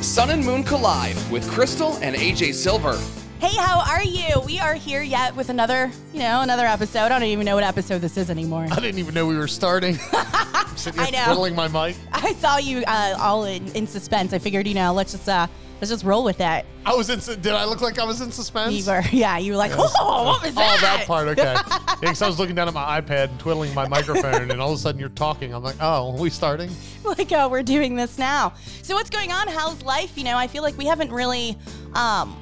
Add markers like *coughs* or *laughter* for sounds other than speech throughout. Sun and Moon Collide with Crystal and AJ Silver. Hey, how are you? We are here yet with another, you know, another episode. I don't even know what episode this is *laughs* anymore. I didn't even know we were starting. *laughs* I'm sitting I here know. twiddling my mic. I saw you uh, all in, in suspense. I figured, you know, let's just uh, let's just roll with that. I was in. Did I look like I was in suspense? You were, *laughs* yeah, you were like, oh, what was Oh, that? that part. *laughs* Okay. yeah, because I was looking down at my iPad and twiddling my microphone, and all of a sudden you're talking. I'm like, oh, are we starting? *laughs* like oh we're doing this now so what's going on how's life you know i feel like we haven't really um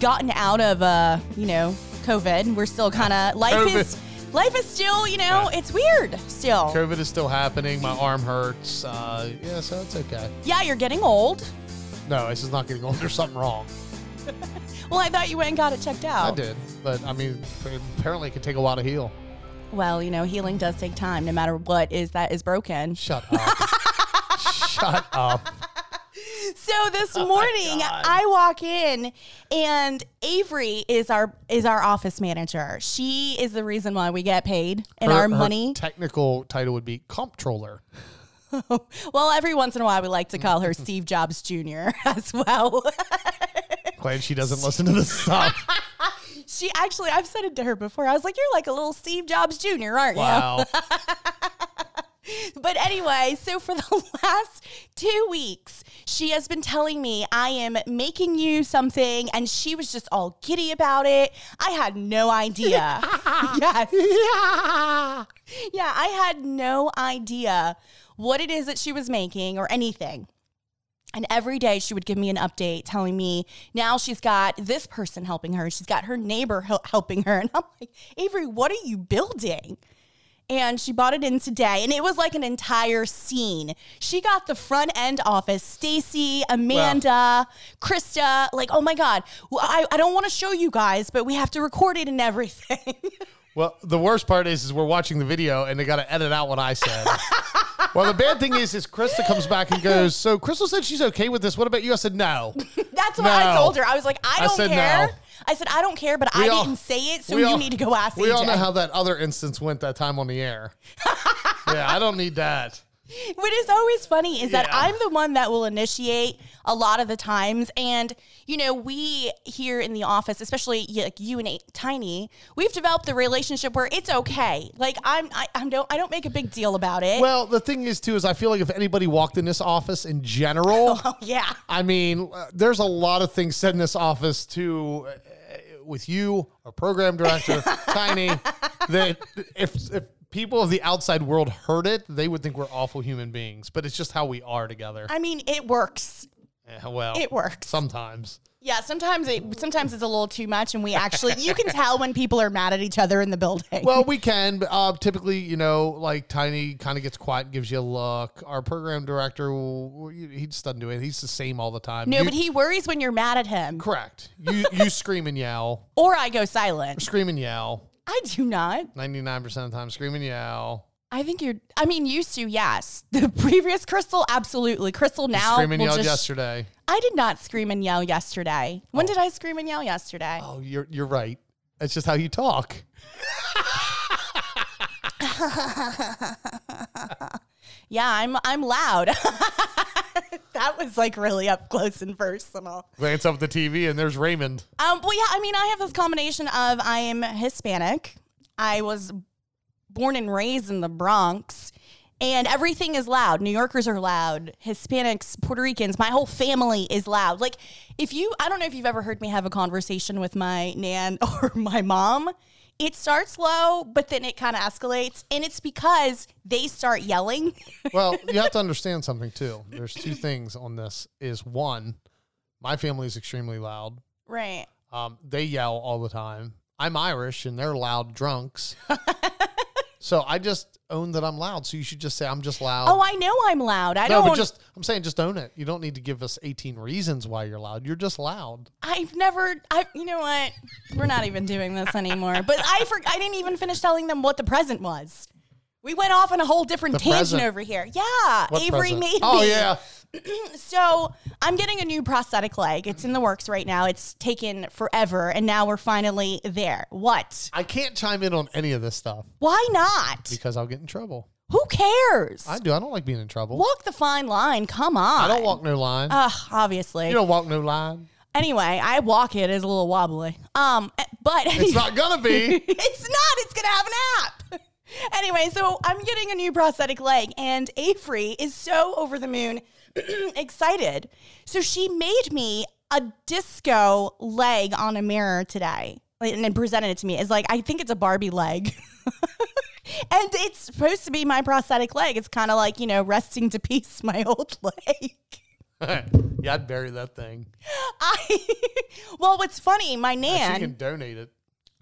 gotten out of uh you know covid we're still kind of life is life is still you know Yeah. it's weird still COVID is still happening. My arm hurts. Uh, yeah, so it's okay. yeah you're getting old No, this is not getting old. There's something wrong. well i thought you went and got it checked out I did, but I mean, apparently it could take a while to heal. well you know healing does take time no matter what is that is broken Shut up. *laughs* Shut up. So this Oh morning I walk in and Avery is our is our office manager. She is the reason why we get paid and Her- our her money. technical title would be comptroller. *laughs* well, every once in a while we like to call her Steve Jobs Jr. *laughs* as well. Glad *laughs* she doesn't listen to this stuff. she actually I've said it to her before. I was like, You're like a little Steve Jobs Jr., aren't Wow. you? *laughs* But anyway, so for the *laughs* last two weeks, she has been telling me I am making you something, and she was just all giddy about it. I had no idea. yes. yeah. Yeah, I had no idea what it is that she was making or anything. And every day she would give me an update telling me now she's got this person helping her. She's got her neighbor hel- helping her. *laughs* And I'm like, Avery, what are you building? And she bought it in today. And it was like an entire scene. She got the front end office, Stacy, Amanda, Krista. Like, oh my God, Well, I, I don't want to show you guys, but we have to record it and everything. *laughs* Well, the worst part is, is we're watching the video and they got to edit out what I said. well, the bad thing is, is Krista comes back and goes, "So Crystal said she's okay with this. What about you?" I said, "No." That's what I No. told her. I was like, I I don't said care. no. I said, I don't care, but I We all- didn't say it, *laughs* so we you all- need to go ask We AJ. all know how that other instance went that time on the *laughs* air. yeah, I don't need that. what is always funny is that Yeah. I'm the one that will initiate a lot of the times. And, you know, we here in the office, especially y- like you and A- Tiny, we've developed the relationship where it's okay. Like I'm, I, I'm don't, I don't make a big deal about it. Well, the thing is, too, is I feel like if anybody walked in this office *laughs* in general, yeah. I mean, uh, there's a lot of things said in this office too, uh, with you, our *laughs* program director, Tiny, that if, if people of the outside world heard it, they would think we're awful human beings. But it's just how we are together. I mean, it works. Yeah, well, It works. sometimes. Yeah, sometimes it sometimes it's a little too much, and we actually you *laughs* can tell when people are mad at each other in the building. Well, we can. But, uh, typically, you know, like Tiny kind of gets quiet, and gives you a look. Our program director, will, he just doesn't do it. He's the same all the time. No, You- but he worries when you're mad at him. correct. You you scream and yell, Or I go silent. scream and yell. I do not. Ninety nine percent of the time, scream and yell. I think you're, I mean, used to, yes. *laughs* The previous Crystal, absolutely. Crystal now. Scream and will yell just- yesterday. I did not scream and yell yesterday. When did I scream and yell yesterday? Oh, you're you're right. That's just how you talk. Yeah, I'm, I'm loud. *laughs* that was like really up close and personal. Glance up at the TV and there's Raymond. Um, well, yeah, I mean, I have this combination of I am Hispanic. I was born and raised in the Bronx, and everything is loud. New Yorkers are loud. Hispanics, Puerto Ricans, my whole family is loud. Like, if you, I don't know if you've ever heard me have a conversation with my nan *laughs* or my mom. It starts low, but then it kind of escalates, and it's because they start yelling. *laughs* Well, you have to understand something too. There's two things on this. Is one, my family is extremely loud. Right. Um, they yell all the time. I'm Irish and they're loud *laughs* drunks. so I just own that I'm loud. So you should just say I'm just loud. Oh, I know I'm loud. I no, don't. but just I'm saying just own it. You don't need to give us 18 reasons why you're loud. You're just loud. I've never. I. You know what? We're not even doing this anymore. But I. For, I didn't even finish telling them what the present was. We went off on a whole different The tangent present? over here. Yeah, What Avery present? made Oh me. yeah. So I'm getting a new prosthetic leg. It's in the works right now. It's taken forever, and now we're finally there. What? I can't chime in on any of this stuff Why not? because I'll get in trouble. Who cares? I do. I don't like being in trouble. walk the fine line. Come on. I don't walk no line. Ugh, obviously. you don't walk no line. anyway, I walk it is a little wobbly. Um, but It's not *laughs* gonna be. *laughs* it's not. It's gonna have an app. *laughs* Anyway, so I'm getting a new prosthetic leg, and Avery is so over the moon *clears throat* excited. So she made me a disco leg on a mirror today, like, and then presented it to me. It's like I think it's a Barbie leg. *laughs* And it's supposed to be my prosthetic leg. It's kind of like, you know, resting to peace *laughs* my old leg. yeah, I'd bury that thing. I well, what's funny, my She nan can donate it.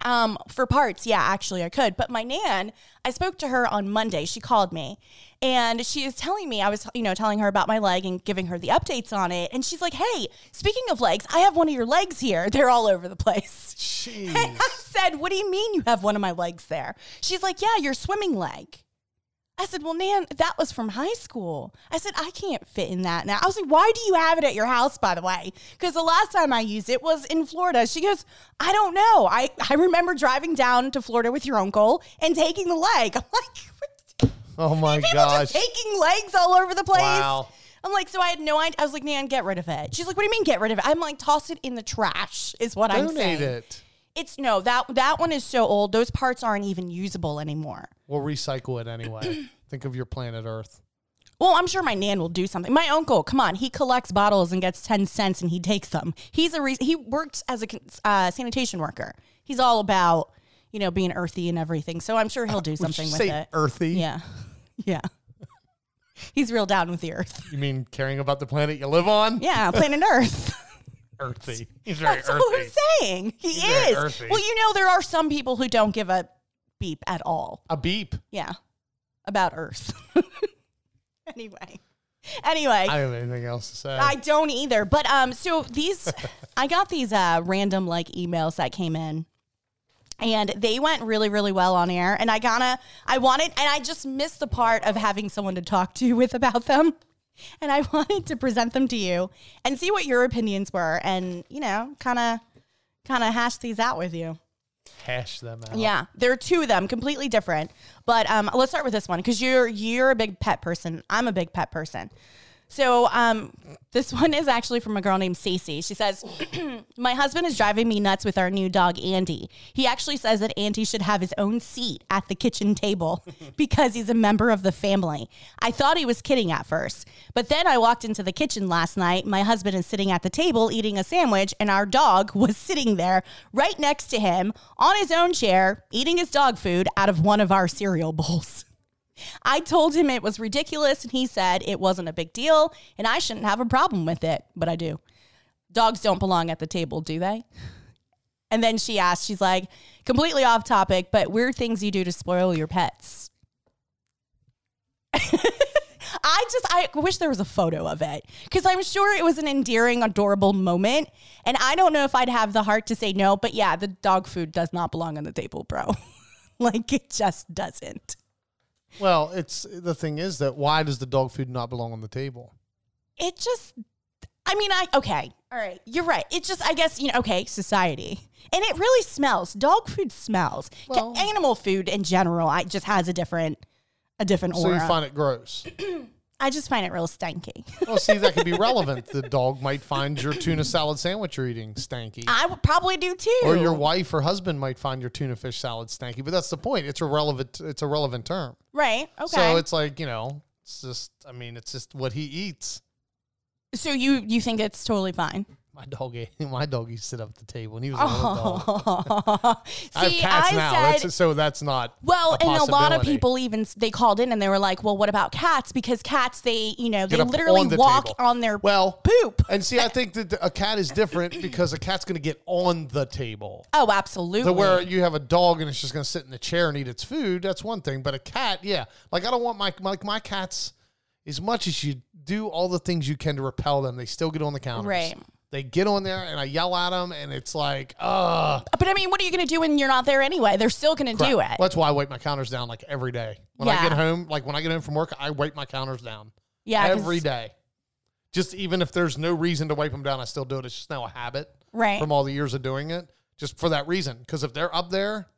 um, for parts, yeah, actually I could. But my nan, I spoke to her on Monday. She called me and she is telling me, I was, you know, telling her about my leg and giving her the updates on it. And she's like, hey, speaking of legs, I have one of your legs here. *laughs* They're all over the place. *laughs* Jeez. *laughs* I said, what do you mean you have one of my legs there? She's like, yeah, your swimming leg. I said, well, Nan, that was from high school. I said, I can't fit in that now. I was like, why do you have it at your house, by the way? Because the last time I used it was in Florida. She goes, I don't know. I, I remember driving down to Florida with your uncle and taking the leg. I'm like, Oh my people gosh. just taking legs all over the place. Wow. I'm like, so I had no idea. I was like, Nan, get rid of it. She's like, what do you mean get rid of it? I'm like, toss it in the trash is what I'm saying. Donate it. It's no that that one is so old. Those parts aren't even usable anymore. We'll recycle *clears throat* it anyway. Think of your planet Earth. Well, I'm sure my nan will do something. My uncle, come on, he collects bottles and gets ten cents and he takes them. He's a re- he worked as a con- uh, sanitation worker. He's all about you know being earthy and everything. So I'm sure he'll do Would something you with say it. earthy? Yeah, *laughs* yeah. He's real down with the earth. You mean caring about the planet you live on? *laughs* Yeah, planet Earth. Earthy. He's *laughs* very That's what I'm saying. He very is. earthy. Well, you know there are some people who don't give a beep at all. A beep. Yeah. About Earth. *laughs* anyway. Anyway. I I- don't have anything else to say. don't either. But um so these *laughs* I got these uh random like emails that came in and they went really really well on air and I gotta I wanted and I just missed the part of having someone to talk to *laughs* with about them and I *laughs* wanted to present them to you and see what your opinions were and you know kind of kind of hash these out with you. Hash them out. Yeah, there are two of them, completely different. But um, let's start with this one because you're you're a big pet person. I'm a big pet person. So um, this *laughs* one is actually from a girl named Stacey. She says, "My husband is driving me nuts with our new dog Andy. He actually says that Andy should have his own seat at the kitchen table because he's a member of the family. I thought he was kidding at first, but then I walked into the kitchen last night. My husband is sitting at the table eating a sandwich, and our dog *laughs* was sitting there right next to him on his own chair eating his dog food out of one of our cereal bowls." I told him it was ridiculous, and he said it wasn't a big deal, and I shouldn't have a problem with it, but I do. Dogs don't belong at the table, do they? And then she asked, she's like, completely off topic, but weird things you do to spoil your pets. *laughs* I just, I wish there was a photo of it because I'm sure it was an endearing, adorable moment. And I don't know if I'd have the heart to say no, but yeah, the dog food does not belong on the table, bro. *laughs* like, it just doesn't. Well, it's the thing is that why does the dog food not belong on the table? it just i mean i okay all right you're right it's just i guess you know okay society and it really smells dog food smells Ca- Well- animal food in general i just has a different a different So aura you find it gross. i just find it real stanky Well, see, that could be relevant. The dog might find your tuna salad sandwich you're eating stanky. *laughs* i would probably do too Or your wife or husband might find your tuna fish salad stanky, but that's the point. It's a relevant it's a relevant term. right okay So so, it's like, you know, it's just I mean, it's just what he eats. you you think it's totally fine My dog ate, *laughs* my dog used to sit up at the table and he was a little *laughs* dog. oh see *laughs* I have cats now. said that's, so that's not Well, a and a lot of possibility. people even s- they called in and they were like, "Well, what about cats? Because cats, they you know, Get they up literally on the walk table. on their well poop." And see, I think that a cat is different because a cat's going to get on the table. Oh, absolutely. The where you have a dog and it's just going to sit in the chair and eat its food, that's one thing. But a cat, yeah, like I don't want my my- like my cats. As much as you do all the things you can to repel them, they still get on the counters. Right. They get on there and I yell at them, and it's like, uh But I mean, what are you going to do when you're not there anyway? They're still going to do it. Well, that's why I wipe my counters down like every day. When I Yeah. get home, like when I get home from work, I wipe my counters down yeah, 'cause- every day. Just even if there's no reason to wipe them down, I still do it. It's just now a habit Right. from all the years of doing it, just for that reason. Because if they're up there,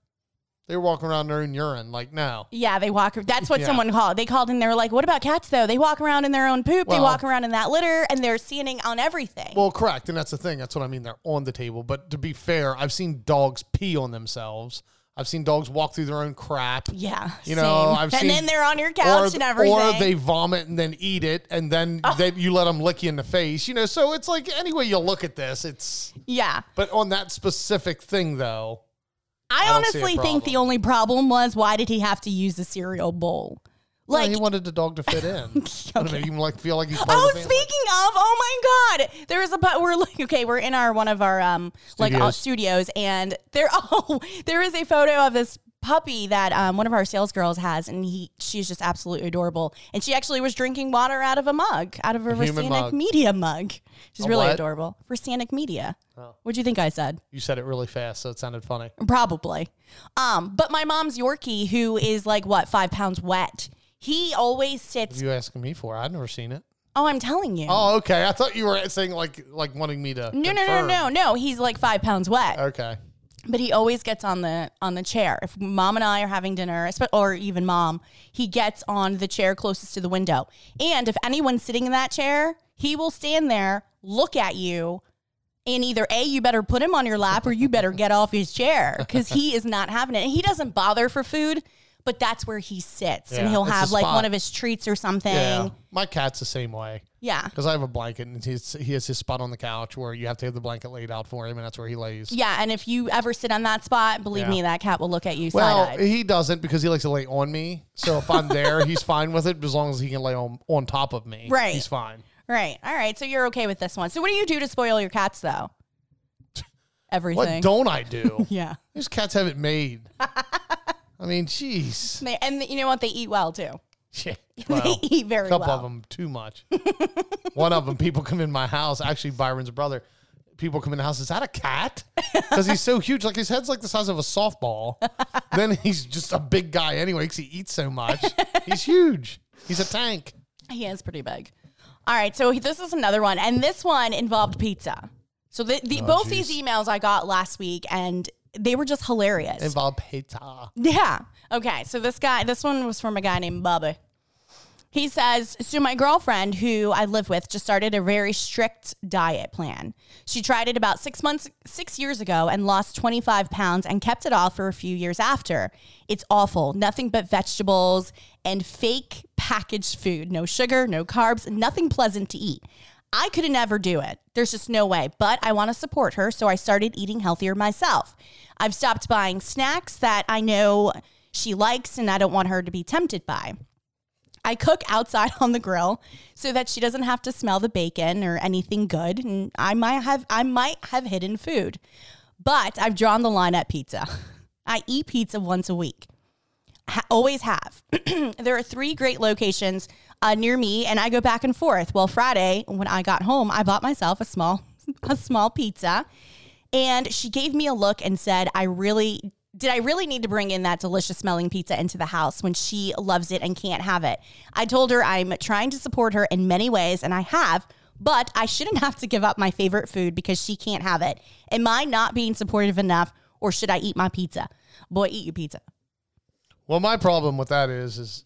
They were walking around their own urine. Like, no. Yeah, they walk. That's what Yeah. someone called. They called and they were like, "What about cats though? They walk around in their own poop. they Well- walk around in that litter, and they're standing on everything." Well, correct. And that's the thing. That's what I mean. They're on the table. But to be fair, I've seen dogs pee on themselves. I've seen dogs walk through their own crap. yeah, You know, same. I've and seen- then they're on your Or, couch and everything. Oh. or they vomit and then eat it, and then they, you let them lick you in the face. You know, so it's like any way you look at this, it's. yeah, But on that specific thing, though, I, don't see a honestly think the problem. only problem was why did he have to use a cereal bowl? Like, yeah, he wanted the dog to fit *laughs* in. I don't know, even like feel like he's. Part Oh, of the family. speaking of, oh my God, there is a but we're like okay, we're in our one of our um like all studios, and there *laughs* oh there is a photo of this puppy that um one of our sales girls has, and he she's just absolutely adorable, and she actually was drinking water out of a mug, out of a, human Rosanic mug. Media mug. She's A really what? Oh. adorable. Rosanic Media. What'd you think I said? You said it really fast, so it sounded funny. Probably. Um, but my mom's Yorkie, who is like what five pounds wet. He always sits. You asking me for? it. I've never seen it. Oh, I'm telling you. Oh, okay. I thought you were saying like like wanting me to. No, no, no, no, no. He's like five pounds wet, Okay. but he always gets on the on the chair. If mom and I are having dinner, espe- or even mom, he gets on the chair closest to the window. And if anyone's sitting in that chair, he will stand there, look at you, and either a you better put him on your lap or you better get off his chair because he is not having it. And he doesn't bother for food, but that's where he sits, and Yeah, he'll it's a have like spot. one of his treats or something. Yeah. Yeah. My cat's the same way yeah. because I have a blanket and he's, he has his spot on the couch where you have to have the blanket laid out for him and that's where he lays. and if you ever sit on that spot, believe Yeah. me, that cat will look at you Well, side-eyed. he doesn't because he likes to lay on me. So if I'm *laughs* there, he's fine with it as long as he can lay on on top of me. Right. He's fine. Right. All right. So you're okay with this one. So what do you do to spoil your cats though? *laughs* What Everything. don't I do? *laughs* yeah. These cats have *laughs* it made. I mean, jeez. They, and you know what? They eat well too. *laughs* Yeah. Well. they eat very couple well. of them too much. *laughs* One of them, people come in my house. Actually, Byron's brother. People come in the house. Is that a cat? Because he's so huge. Like his head's like the size of a softball. then he's just a big guy anyway because he eats so much. He's huge. He's a tank. He is pretty big. All right. So he- this is another one, and this one involved pizza. So the, the both geez. these emails I got last week, and they were just hilarious. Involved pizza. Yeah. Okay. So this guy, this one was from a guy named Bubba. He says, So my girlfriend, who I live with, just started a very strict diet plan. She tried it about six months, six years ago, and lost 25 pounds and kept it off for a few years after. It's awful. Nothing but vegetables and fake packaged food. No sugar, no carbs, nothing pleasant to eat. I could never do it. There's just no way. But I want to support her, so I started eating healthier myself. I've stopped buying snacks that I know she likes and I don't want her to be tempted by. I cook outside *laughs* on the grill so that she doesn't have to smell the bacon or anything good and I might have I might have hidden food. But I've drawn the line at pizza. *laughs* I eat pizza once a week ha- always have. *clears throat* there are three great locations uh, near me, and I go back and forth. Well, Friday when I got home, I bought myself a small *laughs* a small pizza, and she gave me a look and said, "I really." Did I really need to bring in that delicious smelling pizza into the house when she loves it and can't have it? I told her I'm trying to support her in many ways, and I have, but I shouldn't have to give up my favorite food because she can't have it. Am I not being supportive enough, or should I eat my pizza? Boy, eat your pizza. Well, my problem with that is, is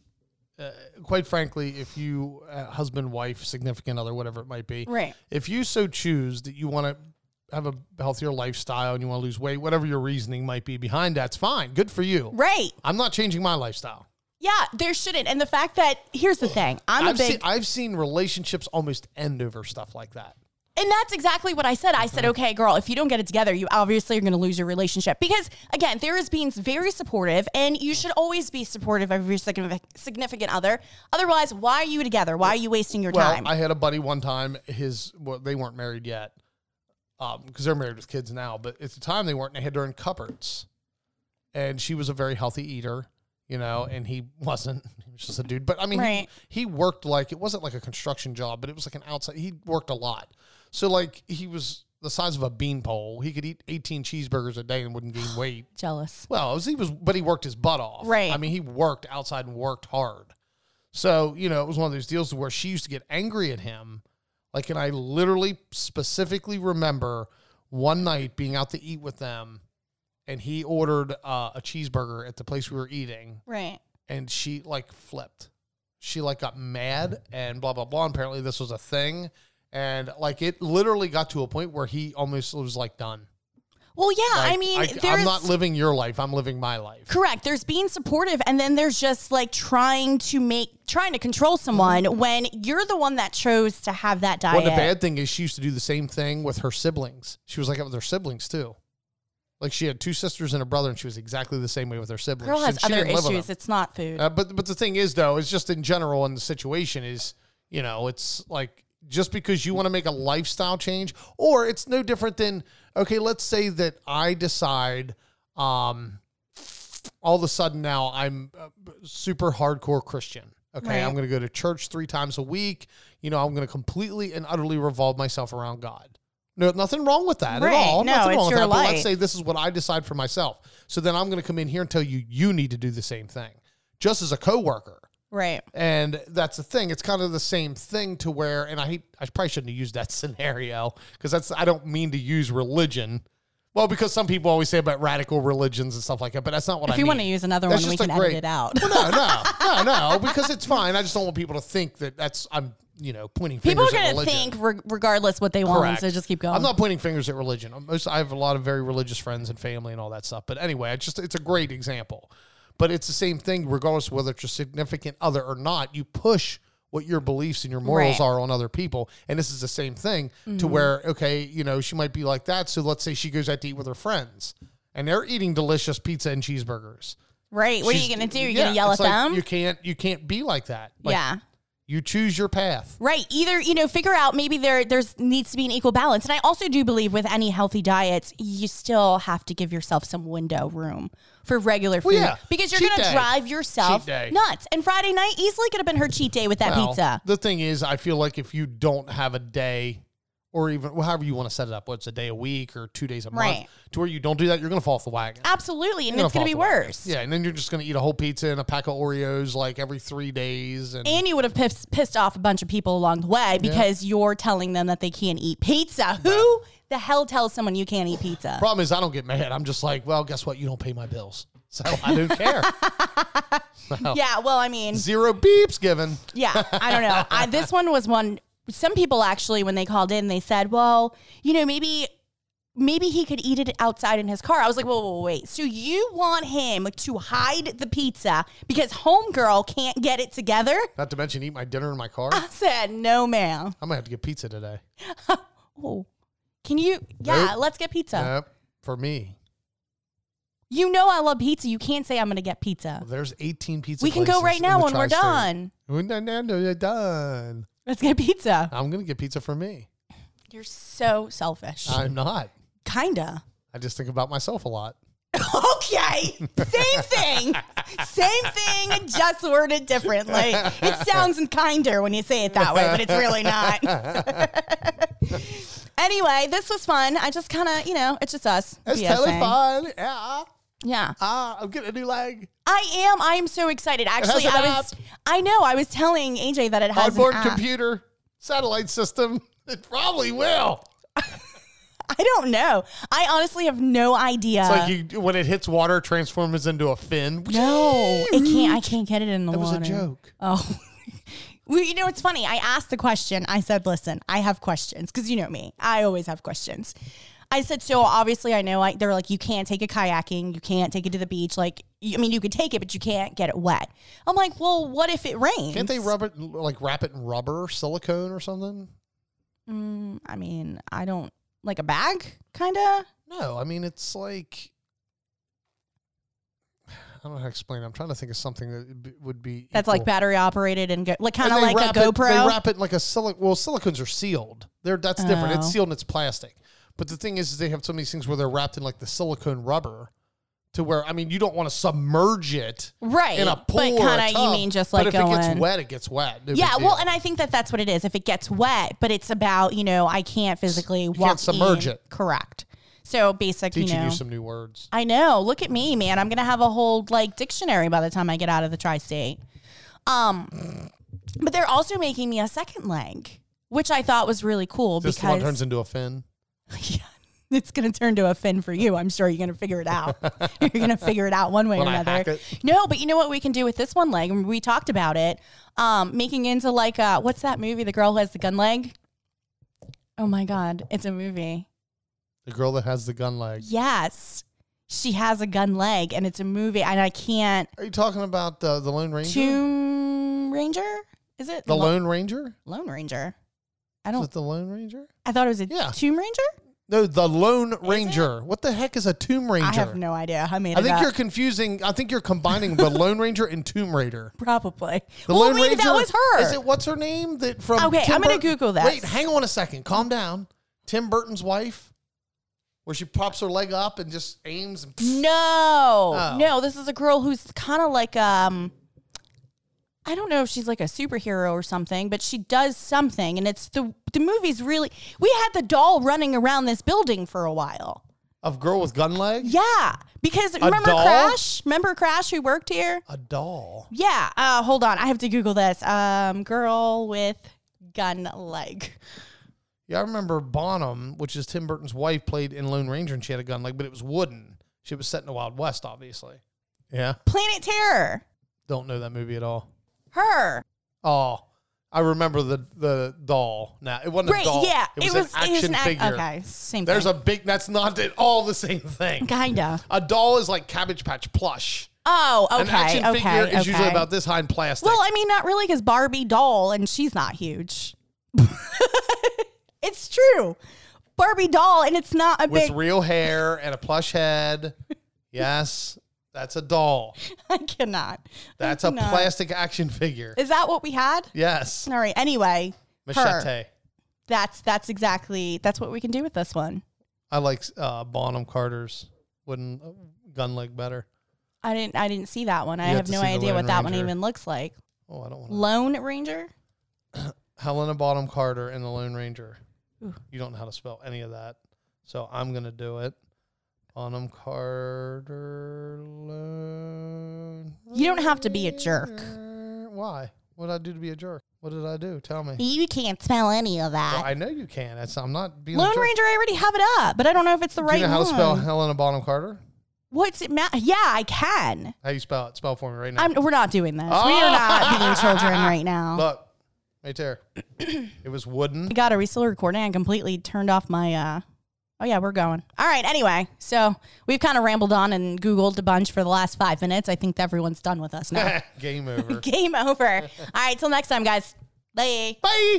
uh, quite frankly, if you uh, husband, wife, significant other, whatever it might be, Right. If you so choose that you want to have a healthier lifestyle and you want to lose weight, whatever your reasoning might be behind that's fine. Good for you. Right. I'm not changing my lifestyle. Yeah, there shouldn't. And the fact that here's the thing, I'm a I've big, seen I've seen relationships almost end over stuff like that. and that's exactly what I said. I Uh-huh. said, okay, girl, if you don't get it together, you obviously are going to lose your relationship because again, there is being very supportive, and you should always be supportive of your signifi- significant other. Otherwise, why are you together? Why are you wasting your Well, time? I had a buddy one time. His well, they weren't married yet, because they're married with kids now. But at the time they weren't. They had their own cupboards, and she was a very healthy eater, you know, and he wasn't. *laughs* He was just a dude. But I mean, he- Right. he, worked like it wasn't like a construction job, but it was like an outside. He worked a lot, so like he was the size of a beanpole. He could eat eighteen cheeseburgers a day and wouldn't gain weight. Jealous. Well, it was, he was, but he worked his butt off. Right. I mean, he worked outside and worked hard. So you know, it was one of those deals where she used to get angry at him. Like, and I literally specifically remember one night being out to eat with them, and he ordered uh, a cheeseburger at the place we were eating, Right. and she like flipped. She like got mad and blah blah blah. Apparently, this was a thing, and like it literally got to a point where he almost was like done. Well, yeah. I Like, mean, I'm there's not living your life. I'm living my life. correct. There's being supportive, and then there's just like trying to make, trying to control someone when you're the one that chose to have that diet. Mm-hmm. Well, the bad thing is she used to do the same thing with her siblings. She was like that with her siblings too. Like she had two sisters and a brother, and she was exactly the same way with her siblings. Girl has And she other didn't live with them. issues. It's not food. Uh, but but the thing is though, it's just in general in the situation is you know it's like just because you want to make a lifestyle change, or it's no different than okay, let's say that I decide, um, all of a sudden now I'm a super hardcore Christian. Okay, Right. I'm going to go to church three times a week. You know, I'm going to completely and utterly revolve myself around God. No, nothing wrong with that Right. at all. No, nothing it's wrong with your that. But let's life. say this is what I decide for myself. So then I'm going to come in here and tell you you need to do the same thing, just as a coworker. right. And that's the thing. It's kind of the same thing to where, and I hate, I probably shouldn't have used that *laughs* scenario because that's I don't mean to use religion. Well, because some people always say about radical religions and stuff like that, but that's not what I If you mean. want to use another That's one, we just a can great- edit it out. *laughs* no, no, no, no, because it's fine. I just don't want people to think that that's I'm you know pointing People are fingers at going to religion. think reg- regardless what they want, Correct. so just keep going. I'm not pointing fingers at religion. I'm most, I have a lot of very religious friends and family and all that stuff. But anyway, I just it's a great example. But it's the same thing, regardless of whether it's your significant other or not. You push what your beliefs and your morals Right. Mm-hmm. are on other people, and this is the same thing to where okay, you know, she might be like that. So let's say she goes out to eat with her friends, and they're eating delicious pizza and cheeseburgers. right. What are She's- you going to do? You're yeah, going to yell at it's like, them? You can't. You can't be like that. Like, yeah. You choose your path. Right. Either, you know, figure out maybe there there's needs to be an equal balance. And I also do believe with any healthy diets, you still have to give yourself some window room for regular food. Well, yeah. Because you're Cheat gonna day. drive yourself Cheat day. nuts. And Friday night easily could have been her cheat day with that Well, pizza. The thing is, I feel like if you don't have a day or even well, however you want to set it up, what's a day a week or two days a month, Right. to where you don't do that, you're going to fall off the wagon. Absolutely. And You're it's gonna fall be off the wagon. worse. Yeah, and then you're just going to eat a whole pizza and a pack of Oreos like every three days. And, And you would have pissed, pissed off a bunch of people along the way because you're telling them that they can't eat pizza. Who the hell tells someone you can't eat pizza? problem is, I don't get mad. I'm just like, well, guess what? You don't pay my bills, so I *laughs* don't care. Yeah, well, I mean, Zero beeps given. Yeah, I don't know. I, this one was one. Some people actually, when they called in, they said, "Well, you know, maybe, maybe he could eat it outside in his car." I was like, "Whoa, whoa, whoa, wait! So you want him to hide the pizza because homegirl can't get it together?" Not to mention, eat my dinner in my car. I said, "No, ma'am. I'm gonna have to get pizza today. Oh, can you? Yeah, Nope. let's get pizza. Yep, for me, You know, I love pizza. You can't say I'm gonna get pizza. there's 18 pizza. Ah. we can go places right in now the when we're tri-state. done. When they're done, they're done. Let's get pizza. I'm gonna get pizza for me. You're so selfish. I'm not. Kinda." I just think about myself a lot. *laughs* Okay, same thing. same thing, just worded differently. It sounds kinder when you say it that way, but it's really *laughs* not. anyway, this was fun. I just kind of, you know, it's just us. It's BSing. totally fun. Yeah. Yeah. Ah, I'm getting a new leg. I am. I am so excited. Actually, an I was. app. I know. I was telling AJ that it has Onboard an app. computer, satellite system. *laughs* It probably will. *laughs* I don't know. I honestly have no idea. It's like you, when it hits water, it transforms into a fin. no, it can't. I can't get it in the That was water. a joke. Oh. *laughs* Well, you know, it's funny. I asked the question. I said, listen, I have questions because you know me. I always have questions. I said, so obviously, I know I, they were like, you can't take it kayaking. You can't take it to the beach. Like, you, I mean, you could take it, but you can't get it wet. I'm like, well, what if it rains? Can't they rub it, like wrap it in rubber, silicone, or something? I mean, I don't like a bag, kind of. No, I mean, it's like. I don't know how to explain. it. I'm trying to think of something that b- would be. That's equal. like battery operated and go, like kind And of they like a wrap it- they GoPro. wrap it like a silicone. Well, silicones are sealed. They're that's different. Oh. It's sealed and it's plastic. But the thing is, is they have some of these things where they're wrapped in like the silicone rubber, to where I mean, you don't want to submerge it Right, in a but pool. or a kinda you tub, mean just, but like, if it going- gets wet, it gets wet. No yeah, big well, deal. and I think that that's what it is. If it gets wet, but it's about, you know, I can't physically walk submerge in. it. Correct. So basically, you teaching know, you some new words. I know. Look at me, man. I'm gonna have a whole like dictionary by the time I get out of the tri-state. Um, but they're also making me a second leg, which I thought was really cool This one because turns into a fin. it's going to turn to a fin for you. I'm sure you're going to figure it out. *laughs* you're going to figure it out one way When or I hack another. it. No, but you know what we can do with this one leg? And we talked about it. Um, making into like a, what's that movie? The girl who has the gun leg. Oh my God. It's a movie. The girl that has the gun leg. Yes. She has a gun leg and it's a movie. And I can't. Are you talking about uh, the Lone Ranger? Tomb Ranger? Is it? the Lo- Lone Ranger? Lone Ranger. I Is don't. it the Lone Ranger? I thought it was a Yeah. Tomb Ranger. No, the Lone Ranger. What the heck is a Tomb Ranger? I have no idea. I made I it think up. you're confusing. I think you're combining the Lone Ranger and Tomb Raider. Probably. The well, Lone wait, Ranger that was her. Is it what's her name that from? Okay, I'm gonna Burton- Google that. Wait, hang on a second. Calm down. Tim Burton's wife, where she pops her leg up and just aims. And no, Oh. no. This is a girl who's kind of like um. I don't know if she's like a superhero or something, but she does something, and it's the the movie's really. We had the doll running around this building for a while. of girl with gun leg. Yeah, because remember doll? Crash? Remember Crash who worked here? A doll. Yeah. Uh, hold on, I have to Google this. Um, girl with gun leg. Yeah, I remember Bonham, which is Tim Burton's wife, played in Lone Ranger, and she had a gun leg, but it was wooden. She was set in the Wild West, obviously. Yeah, Planet Terror. don't know that movie at all. Her. Oh, I remember the the doll. Now it wasn't Right. a doll. Yeah. it was, an action act- figure. Okay. Same. There's thing. a big. That's not at all the same thing. kinda. A doll is like Cabbage Patch plush. Oh. Okay. An action okay. figure okay. is usually about this high in plastic. Well, I mean, not really, because Barbie doll, and she's not *laughs* huge. it's true. Barbie doll, and it's not a with big. real hair and a plush head. Yes, that's a doll. *laughs* I cannot. That's I a cannot. plastic action figure. Is that what we had? Yes, All right. Anyway, machete. her. That's that's exactly that's what we can do with this one. I like uh, Bonham Carter's wooden uh, gun leg better. I didn't I didn't see that one. I You have have to no see the idea Lone what that one Ranger. even looks like. Oh, I don't want to. Lone Ranger. Helena Bonham Carter and the Lone Ranger. You don't know how to spell any of that, so I'm gonna do it. Bonham Carter Lone. You don't have to be a jerk. Ranger. Why? What did I do to be a jerk? What did I do? Tell me. You can't spell any of Well, that. I know you can. It's, I'm not being a Lone jerk. Ranger, I already have it up, but I don't know if it's the Do right you know how one. to spell Helena Bonham Carter? What's it? Ma- yeah, I can. How you spell it? Spell for me right now. I'm, we're not doing this. We are not being children right now. Look, *coughs* right there. it was wooden. *laughs* God, are we still recording? I completely turned off my. uh Oh yeah, we're going. All right. Anyway, so we've kind of rambled on and Googled a bunch for the last five minutes. I think everyone's *laughs* done with us now. *coughs* Game over. Game over. All right. Till next time, guys. Bye. Bye.